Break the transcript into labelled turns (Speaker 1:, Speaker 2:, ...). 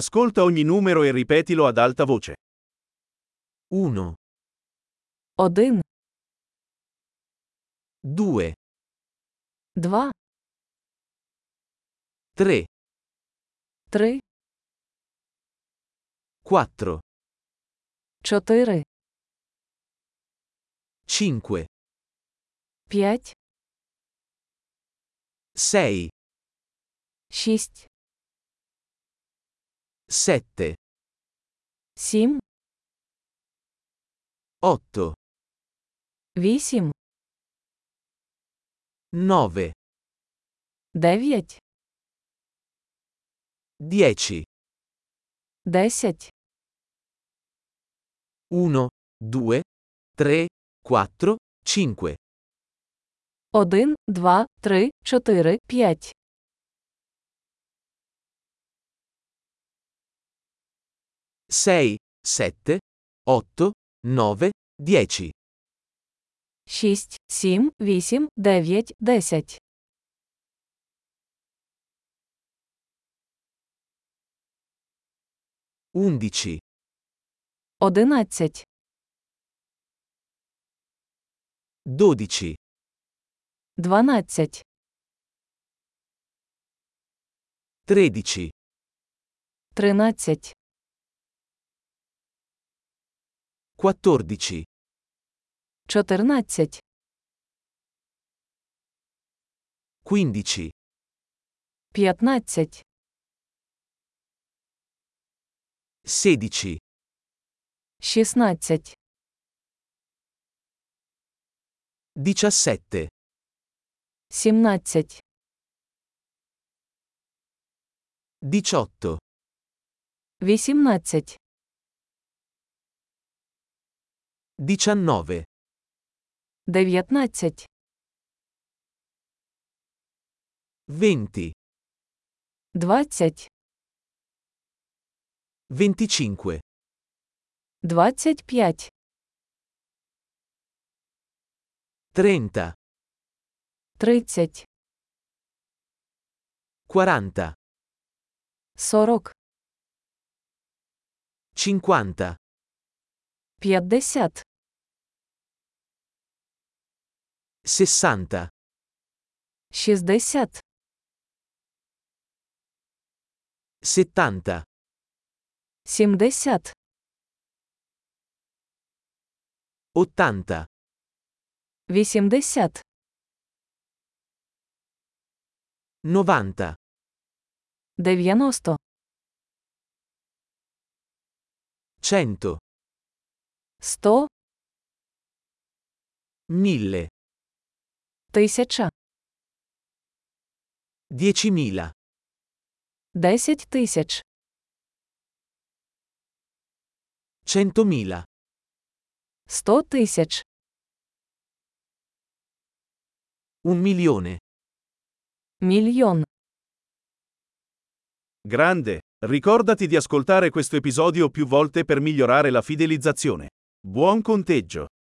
Speaker 1: Ascolta ogni numero e ripetilo ad alta voce.
Speaker 2: 1,
Speaker 3: Один,
Speaker 2: 2,
Speaker 3: два,
Speaker 2: 3,
Speaker 3: три,
Speaker 2: 4,
Speaker 3: чотири,
Speaker 2: 5,
Speaker 3: п'ять,
Speaker 2: 6,
Speaker 3: шість,
Speaker 2: 7,
Speaker 3: сім,
Speaker 2: 8,
Speaker 3: вісім,
Speaker 2: 9,
Speaker 3: дев'ять,
Speaker 2: 10,
Speaker 3: десять,
Speaker 2: 1, 2, 3, 4, 5,
Speaker 3: один, два, три, чотири, п'ять,
Speaker 2: 6, 7, 8, 9, 10,
Speaker 3: шість, сім, вісім, дев'ять, десять,
Speaker 2: 11,
Speaker 3: одинадцять,
Speaker 2: 12,
Speaker 3: дванадцять,
Speaker 2: 13,
Speaker 3: тринадцять,
Speaker 2: 14,
Speaker 3: чотирнадцять,
Speaker 2: 15,
Speaker 3: п'ятнадцять,
Speaker 2: 16,
Speaker 3: шістнадцять,
Speaker 2: 17,
Speaker 3: сімнадцять,
Speaker 2: 18,
Speaker 3: вісімнадцять,
Speaker 2: 19,
Speaker 3: дев'ятнадцять,
Speaker 2: 20,
Speaker 3: двадцять,
Speaker 2: 25,
Speaker 3: двадцять п'ять,
Speaker 2: 30,
Speaker 3: тридцять,
Speaker 2: 40,
Speaker 3: сорок,
Speaker 2: 50,
Speaker 3: п'ятдесят,
Speaker 2: 60,
Speaker 3: шістдесят,
Speaker 2: 70,
Speaker 3: сімдесят.
Speaker 2: 80,
Speaker 3: 80,
Speaker 2: 90,
Speaker 3: 90,
Speaker 2: 100,
Speaker 3: 100,
Speaker 2: 1000,
Speaker 3: 1000,
Speaker 2: 10.000,
Speaker 3: 10 тисяч,
Speaker 2: 100.000,
Speaker 3: 100 тисяч,
Speaker 2: 1 milione.
Speaker 3: мільйон.
Speaker 1: Grande, ricordati di ascoltare questo episodio più volte per migliorare la fidelizzazione. Buon conteggio!